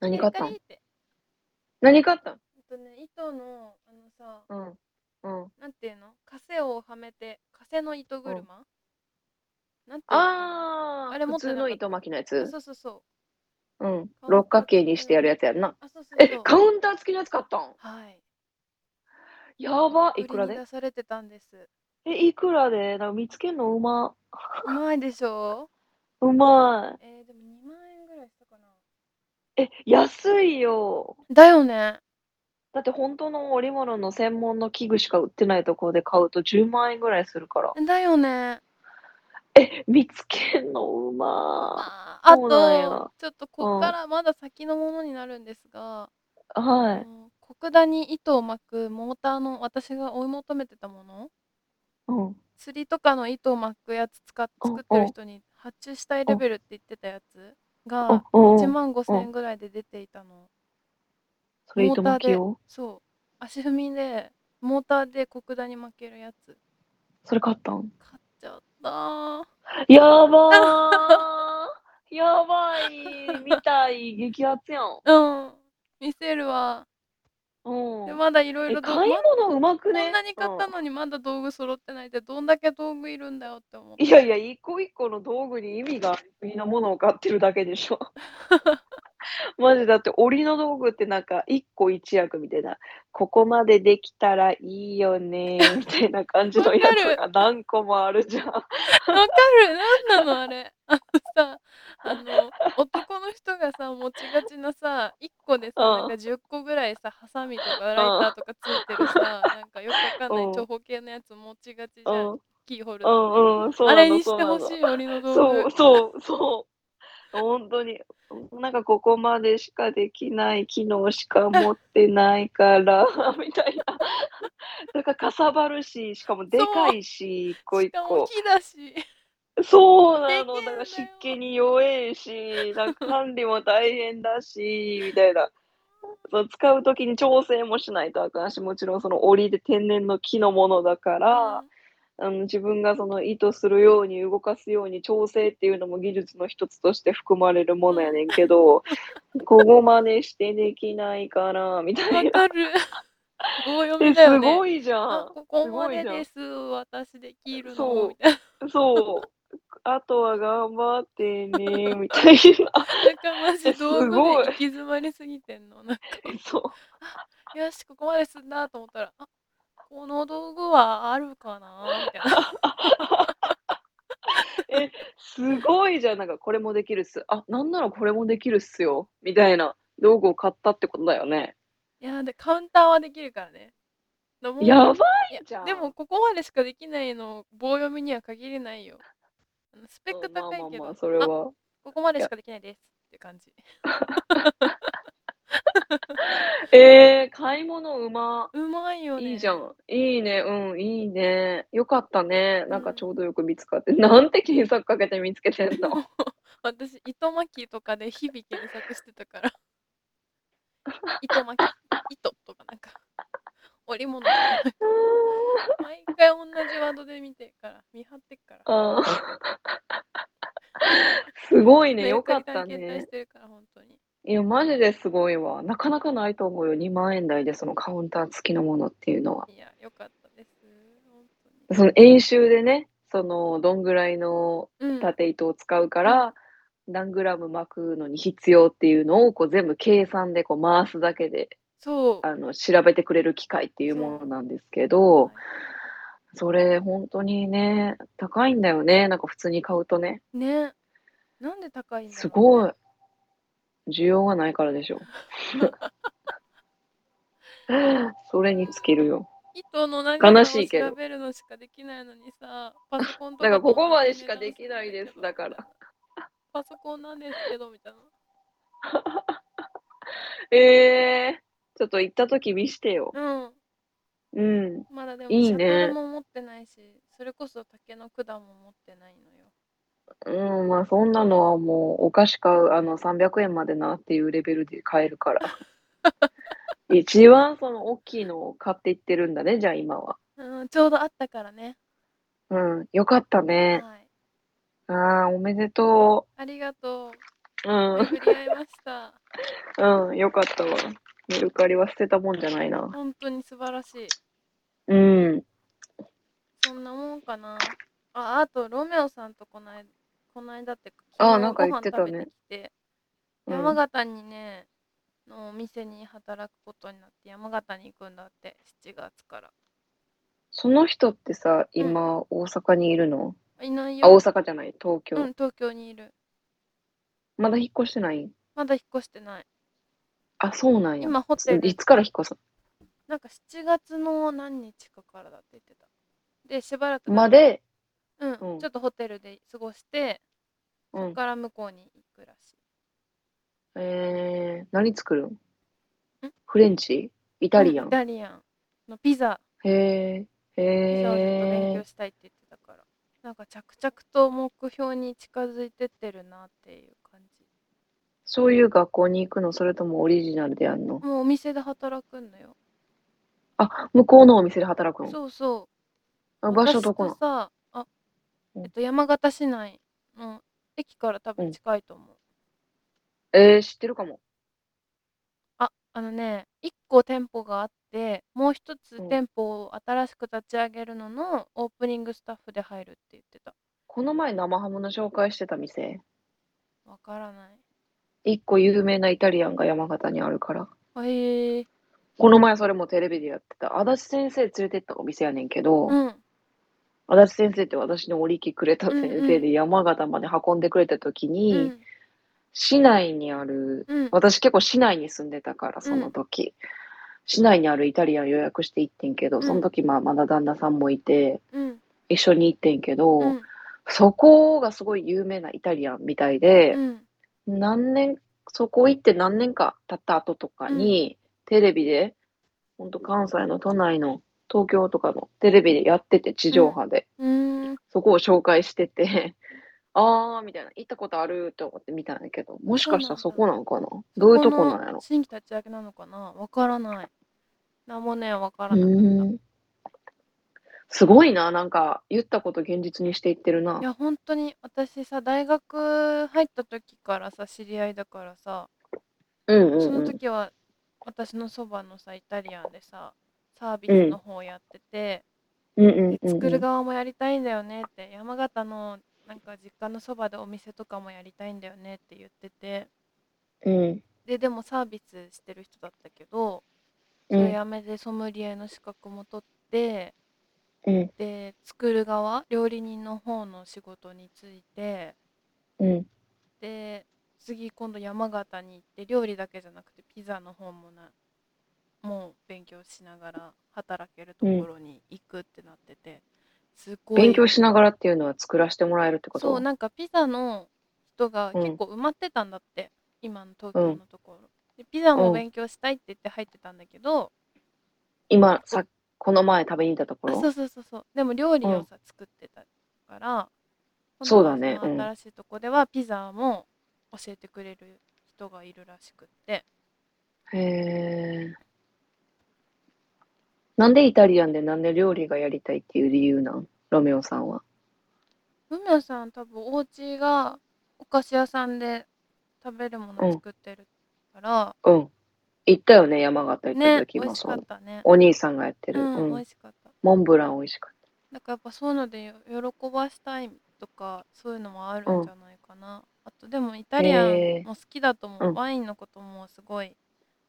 S2: 何買った
S1: え
S2: ん
S1: ガリって。
S2: 何買ったん
S1: ほんとね、糸の、あのさ、
S2: うん。うん。
S1: なんていうのカセをはめて、カセの糸車、なんていうの
S2: あー、
S1: あれ持っ
S2: 普
S1: てなかっ
S2: 通
S1: た
S2: の糸巻きのや
S1: あ
S2: つ。
S1: そうそうそう。
S2: うん。
S1: 角
S2: 六角形にしてやるやつやんな。
S1: あ、そうそう
S2: え
S1: そう。、
S2: カウンター付きのやつ買ったん
S1: はい。
S2: やば。い
S1: 売
S2: く
S1: り
S2: ら
S1: に
S2: で
S1: 出されてたん です。
S2: え、いくらでなんか見つけんのうま。
S1: うまいでしょ
S2: うま
S1: うえー、でも2万円ぐらいしたかな。
S2: い。え、安いよ。
S1: だよね。
S2: だって本当の織物の専門の器具しか売ってないところで買うと10万円ぐらいするから。
S1: だよね。
S2: え、見つけんのうま。
S1: ああ
S2: そうなんや
S1: と、ちょっとこっからまだ先のものになるんですが、
S2: は
S1: あの国田に糸を巻くモーターの私が追い求めてたもの
S2: い。うん。
S1: 釣りとかの糸を巻くやつ使っ
S2: お
S1: 作ってる人に発注したいレベルって言ってたやつが
S2: おお
S1: 1万5千円ぐらいで出ていたの
S2: それ糸巻きを
S1: そう足踏みでモーターで国田に巻けるやつ
S2: それ買ったん
S1: 買っちゃったー
S2: やばーやばいみたい激アツやん。
S1: うん見せるわ
S2: うん
S1: で。まだいろい
S2: え
S1: ろ道具
S2: 買い物うまく
S1: こん
S2: ね
S1: なに買ったのにまだ道具揃ってないってどんだけ道具いるんだよって思 って
S2: いやいや、一個一個の道具に意味がありみんなものを買ってるだけで しょ。マジだって、檻の道具ってなんか、一個一役みたいな、ここまでできたらいいよ ね、みたいな感じのやつが何個もあるじゃん。
S1: わかるなんなのあれあのさあの男の人がさ持ちがちなさ1個でさ
S2: うん
S1: なんか10個ぐらいさハサミとかライターとかついてるさなんかよくわかん
S2: う
S1: なんい長方形のやつ持ちがちじ
S2: う
S1: ゃ
S2: ん
S1: ん、キーホルダ
S2: う
S1: ー
S2: ん、うん、そう
S1: あ
S2: な
S1: れ
S2: の、
S1: に
S2: そ
S1: し
S2: う
S1: て
S2: な
S1: ほ
S2: の。
S1: しい檻の道具
S2: そう、そう、そう。 本当に、なんかここまでしかできない機能しか持ってないから、 みたいな。なんかかさばるし、しかもでかいし、一個
S1: し
S2: 一
S1: かも
S2: 個。
S1: 木だし
S2: そうなの、
S1: できんだ
S2: だ
S1: よ
S2: から湿気に弱いし、なんか管理も大変だし、みたいな。そう使うときに調整もしないとあかんし、もちろんその檻で天然の木のものだから、あの自分がその意図するように動かすように調整っていうのも技術の一つとして含まれるものやねん けどここまでしてできないからみた
S1: うんわ
S2: いな。
S1: かる棒読
S2: え
S1: みだよ
S2: す
S1: ね
S2: ごいじゃ
S1: あ
S2: ん。
S1: ここ
S2: すご
S1: ま
S2: いじゃ
S1: で
S2: ん
S1: です私できる
S2: そ
S1: の
S2: う
S1: みたいな
S2: そう。あとは頑張ってねみた
S1: なん
S2: いな。
S1: かマジ
S2: え
S1: 道具
S2: すご
S1: で行
S2: い
S1: き詰まりすぎてんのなんか
S2: そう
S1: よしここまで進んだと思ったらあこの道具はあるかなみたいな
S2: えすごいじゃんなんかこれもできるっす。あなんならこれもできるっすよみたいな道具を買ったってことだよね。
S1: いやでカウンターはできるからねでも
S2: やばい
S1: いや
S2: じゃん
S1: でもここまでしかできないの棒読みには限りないよあのスペック
S2: まあ
S1: 高い
S2: まあ
S1: けど、
S2: まあそれ
S1: あ
S2: は。
S1: ここまでしかできないですって感じ
S2: えー、買い物うま。
S1: うまいよね
S2: いいじゃん。いいね。うん、いいね。よかったね。なん
S1: う
S2: か
S1: ん
S2: ちょうどよく見つかって。 なんて検索かけて見つけてん の
S1: 私糸巻きとかで日々検索してたから糸巻き 糸とかなんか織物とかなんか毎回同じワードで見てっから見張ってっから
S2: あーすごいね。
S1: メ
S2: よ
S1: ルカリ
S2: かっ
S1: から
S2: た
S1: 携帯し
S2: ね。
S1: てるから本当に
S2: いや、マジですごいわ。なかなかないと思うよ。2万円台でそのカウンター付きのものっていうのは。
S1: いやよかったです本
S2: その演習でね、そのどんぐらいの
S1: 当にうん
S2: 縦糸を使うから、何グラム巻くのに必要っていうのをこう全部計算でこう回すだけで
S1: そう
S2: あの調べてくれる機械っていうものなんですけど、それ本当にね、高いんだよね。なんか普通に買うとね。
S1: ねなんで高いんだろうね、
S2: すご
S1: い
S2: い。需要がないからでしょ。それに尽きるよ。
S1: 糸のなんか
S2: 悲しいけど
S1: 調べるのしかできないのにさパソコンと
S2: だ
S1: か
S2: からここまでしかできないです。だから。
S1: パソコンなんですけどみたいな
S2: えー、ちょっと行った時見してよ。
S1: うん
S2: うん。
S1: まだでも
S2: い
S1: シ
S2: い
S1: ャ
S2: ね
S1: トルも持ってないしそれこそ竹の管も持ってないのよ
S2: うん、まあそんなのはもうお菓子買う、あの300円までなっていうレベルで買えるから。一番その大きいのを買っていってるんだね、じゃあ今は。
S1: うん、ちょうどあったからね。
S2: うん、よかったね。
S1: はい。
S2: ああ、おめでと
S1: ありがとう。
S2: う。うん、
S1: 巡り合いました。
S2: うん、よかったわ。メルカリは捨てたもんじゃないな。
S1: 本当に素晴らしい。
S2: うん。
S1: そんなもんかな。あ、あとロメオさんとこない、こないだって昨
S2: あ
S1: 日
S2: なんか言ってたね
S1: ご飯食べてきて、
S2: うん
S1: 山形にね、のお店に働くことになって山形に行くんだって7月から。
S2: その人ってさ、今、大阪にいるの
S1: いない
S2: あ、
S1: よ。
S2: 大阪じゃない、東
S1: う
S2: 京
S1: ん。、東京にいる。
S2: まだ引っ越してない
S1: まだ引っ越してない。
S2: あ、そうなんや。
S1: 今ホテル
S2: いつから引っ越す
S1: なんか7月の何日かからだって言ってた。で、しばらく
S2: まで、
S1: うん、
S2: うん
S1: ちょっとホテルで過ごして、
S2: う
S1: そ
S2: ん
S1: こ。から向こうに行くらし
S2: えー、何作る
S1: い。
S2: ん
S1: ん
S2: フレンチイ
S1: イ
S2: タリアン
S1: イ。タリアンのピザ
S2: へえ。
S1: ピザをちょっと勉
S2: へ
S1: 強したいって言ってたから、なんか着々と目標に近づいてってるなっていう感じ
S2: そういう学校に行くの、それともオリジナルでやるの
S1: もうお店で働くんだよ
S2: あ、向こうのお店で働くの
S1: そうそ
S2: あ
S1: う
S2: 場所どこ
S1: 私
S2: な
S1: とさあ
S2: うん
S1: えっと山形市内の駅から多
S2: うん
S1: 分近いと思う、
S2: えー、知ってるかも。
S1: ああのね1個店舗があってもう一つ
S2: うん
S1: 店舗を新しく立ち上げるののオープニングスタッフで入るって言ってた
S2: この前生ハムの紹介してた店。
S1: わからない
S2: 一個有名なイタリアンが山形にあるから。
S1: へえ
S2: この前それもテレビでやってた。足立先生連れてったお店やねんけど、
S1: うん
S2: 足立先生って私のお力くれた先
S1: うん
S2: 生
S1: う
S2: で山形まで運んでくれた時に、
S1: うん
S2: 市内にある、
S1: うん
S2: 私結構市内に住んでたから、その時。市内にあるイタリアン予約して行ってんけど、
S1: ん
S2: その時まあまだ旦那さんもいて、
S1: うん
S2: 一緒に行ってんけど、
S1: うん
S2: そこがすごい有名なイタリアンみたいで、
S1: うん
S2: 何年、そこ行って何年か経った後とかに、テレビで、ほんと関西の都内の東京とかのテレビでやってて、地上波で、
S1: うーん
S2: そこを紹介してて、 あーみたいな、行ったことあると思って見たんだけど、もしかしたらそこなんかなどういうとこなんやろ
S1: 新規立ち上げなのかなわからない。なんもね、わから
S2: う
S1: なかった。
S2: ーん。すごいな、なんか、言ったこと現実にしていってる
S1: い
S2: な。
S1: や、本当に私さ、大学入った時からさ、知り合いだからさ、
S2: うんう
S1: そ
S2: ん
S1: の
S2: うん。
S1: 時は私のそばのさ、イタリアンでさ、サービスの方やってて、
S2: うんうん
S1: で
S2: うん
S1: 作
S2: う
S1: る
S2: ん。
S1: 側もやりたいんだよねって、山形のなんか実家のそばでお店とかもやりたいんだよねって言ってて、
S2: うん
S1: で、でもサービスしてる人だったけど、そ
S2: うん
S1: れやめてソムリエの資格も取って、
S2: うん
S1: で作る側料理人の方の仕事について
S2: うん。
S1: で次今度山形に行って料理だけじゃなくてピザの方もなもう勉強しながら働けるところに行くってなってて、すごい
S2: 勉強しながらっていうのは作らせてもらえるってこと
S1: そうなんかピザの人が
S2: うん
S1: 結構埋まってたんだって、今の東京のところ、でピザ
S2: う
S1: も
S2: ん
S1: 勉強したいって言って入ってたんだけど、
S2: 今さこの前食べに行ったとこ
S1: あ
S2: ろ
S1: そうそうそうそうでも料理
S2: うん
S1: をさ、作ってたから今
S2: そう
S1: 度
S2: だ
S1: は
S2: ね
S1: その
S2: うん
S1: 新しいとこではピザも教えてくれる人がいるらしくって
S2: へえなんでイタリアンでなんで料理がやりたいっていう理由なんロメオさんは
S1: 梅野さん多分お家がお菓子屋さんで食べるも
S2: うん
S1: の作ってるから、
S2: うん行ったよね山形行った
S1: ね
S2: 時
S1: 美
S2: も
S1: 味し
S2: そ
S1: か
S2: う、
S1: ったね
S2: お兄さんがやって
S1: う
S2: る、
S1: ん、
S2: うん
S1: 美味しかった
S2: モンブラン美味しかっ
S1: だからやっぱそういうのでよ喜ばしたいとかそういうのもあるんじゃないかな、あとでもイタリア
S2: へ
S1: ン
S2: ー
S1: も好きだと思う、
S2: うん
S1: ワインのこともすごい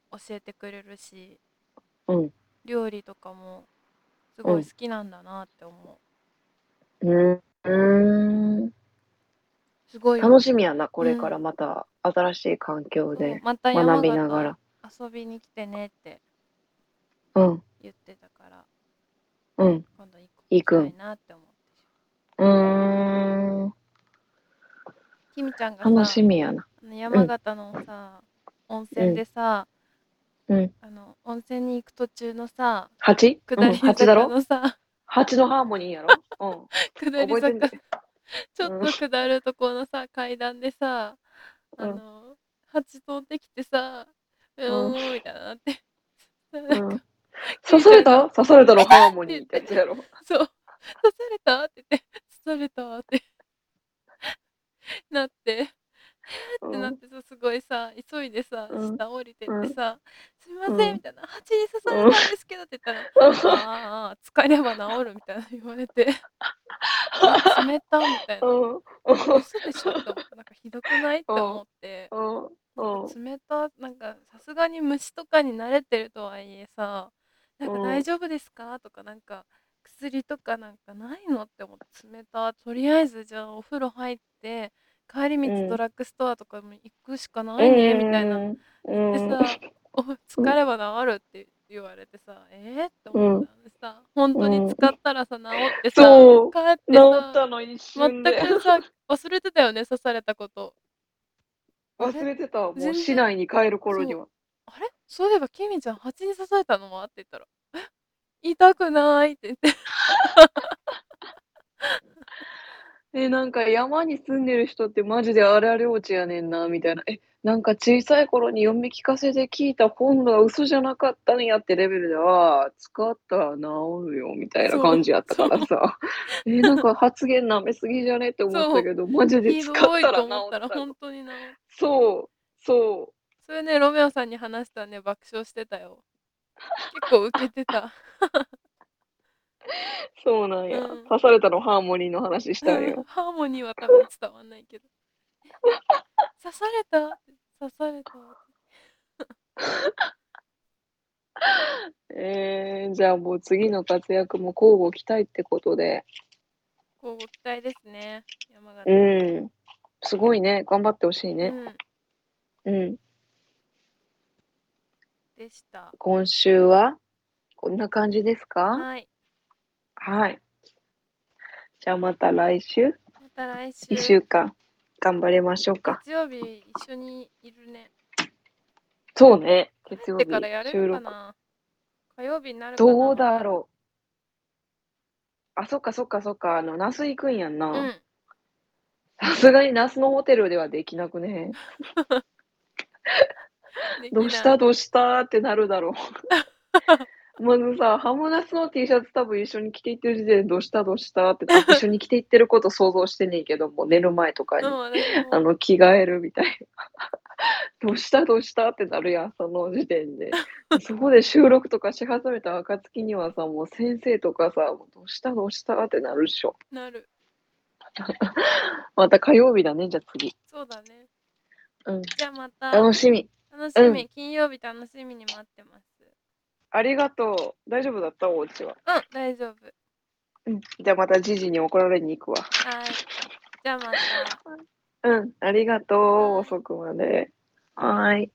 S1: 教えてくれるし
S2: たうん
S1: 料理とかもすご
S2: うん
S1: い好きなんだなって思う、
S2: うんう
S1: すご
S2: ーん
S1: い
S2: 楽しみやなこれからまた新しい環境
S1: そう
S2: で
S1: また山
S2: 学
S1: 形
S2: びながら
S1: 遊びに来てねって
S2: うん
S1: 言ってたから
S2: うん
S1: 今度行く
S2: 行くん
S1: 行きたいなって思って
S2: うーん
S1: きみちゃんがさ
S2: 楽しみやな
S1: あの山形のさ、温泉でさ、
S2: うん
S1: あの温泉に行く途中のさ
S2: 8? う
S1: 下
S2: ん、
S1: り
S2: 8だ
S1: 坂
S2: ろ
S1: のさ、
S2: 八のハーモニーやろうん。
S1: 下り
S2: 覚えてん
S1: 坂
S2: で
S1: ちょっと下るとこのさ階段でさあ
S2: うん
S1: の蜂飛んできてさう
S2: うん
S1: ーんみたいななって、
S2: うん。刺された刺されたのハーモニーってやつやろ。
S1: そう、刺されたって言って、刺されたってなって、ってなってさ、すごいさ、急いでさ、
S2: うん
S1: 下降りてっ
S2: うん
S1: てさ、すみませ
S2: うん
S1: んみたいな、蜂に刺されたんですけどって言ったら、あ
S2: う
S1: ーあー、疲れば治るみたいな言われて、冷たみ たいな、
S2: ん。
S1: 嘘でしょって思って、なんかひどくないって思って、
S2: うん。うん。
S1: 冷た、なんかさすがに虫とかに慣れてるとはいえさ、なん
S2: う
S1: か
S2: ん
S1: 大丈夫ですかとかなんか薬とかなんかないのって思って冷た。とりあえずじゃあお風呂入って帰り
S2: うん
S1: 道ドラッグストアとかも行くしかな
S2: う
S1: い
S2: ん
S1: ねみたいな。
S2: う
S1: で
S2: ん。
S1: さ、お疲れば治るって言われてさ、えーって思ったんでさ、本当に使ったらさ治ってさ、
S2: そう
S1: 帰って
S2: 治った
S1: さ、
S2: の一
S1: 全
S2: 瞬で。
S1: くさ忘れてたよね刺されたこと。
S2: 忘れてた。も
S1: 全
S2: う
S1: 然
S2: 市内に帰る頃には。
S1: あれそういえばケミちゃん蜂に刺されたのはって言ったらえ痛くないって言って
S2: え、なんか山に住んでる人ってマジであるある落ちやねんな、みたいな。え、なんか小さい頃に読み聞かせで聞いた本が嘘じゃなかったんやってレベルでは、使ったら治るよ、みたいな感じやったからさ。 え、なんか発言舐めすぎじゃねって思ったけど、マジで
S1: ひ
S2: 使
S1: ど
S2: った
S1: い
S2: ら
S1: と
S2: 治
S1: 思ったら
S2: ったよ。
S1: 本当に治る
S2: そう、そう。
S1: それねロメオさんに話したらね爆笑してたよ結構受けてた
S2: そうなんや。
S1: うん
S2: 刺されたのハーモニーの話したんよ。
S1: ハーモニーは多分伝わんないけど刺された刺された
S2: えー、じゃあもう次の活躍も交互期待ってことで。
S1: こうご期待ですね山形
S2: うん。すごいね。頑張ってほしいね。
S1: うん
S2: うん。
S1: でした
S2: 今週はこんな感じですか
S1: はい
S2: はい。じゃあまた来週、
S1: また来週
S2: 1週間、頑張りましょうか。
S1: 月曜日一緒にいるね
S2: そうね。月
S1: 帰っ
S2: 曜
S1: て
S2: 日
S1: からやれ
S2: 収
S1: るか
S2: 録。
S1: な火曜日になるかな
S2: どうだろう。あ、そっかそっかそっか。あの、那須行くんやん
S1: うう
S2: な。
S1: ん
S2: さすがに那須のホテルではできなくね。
S1: できない
S2: どうしたどうしたってなるだろ う。まずさ、ハムナスの T シャツ多分一緒に着ていってる時点でどうしたどうしたって多分一緒に着ていってること想像してんねえけども、寝る前とか
S1: う
S2: に
S1: ん。私も
S2: あの着替えるみたいな。 どうしたどうしたってなるやん、その時点で。そこで収録とかし始めた暁にはさ、もう先生とかさ、もうどうしたどうしたってなるっしょ。
S1: なる
S2: また火曜日だね、じゃあ次。
S1: そうだね
S2: うん、
S1: じゃあまた
S2: 楽しみ。
S1: 楽しみ、
S2: う
S1: 金曜日楽しみに待ってます
S2: ありがとう。大丈夫だったお家は。
S1: うん大丈夫
S2: うん。じゃあまたじじに怒られに行くわ。
S1: はいじゃあまた
S2: うん、ありがとう。遅くまで。はーい。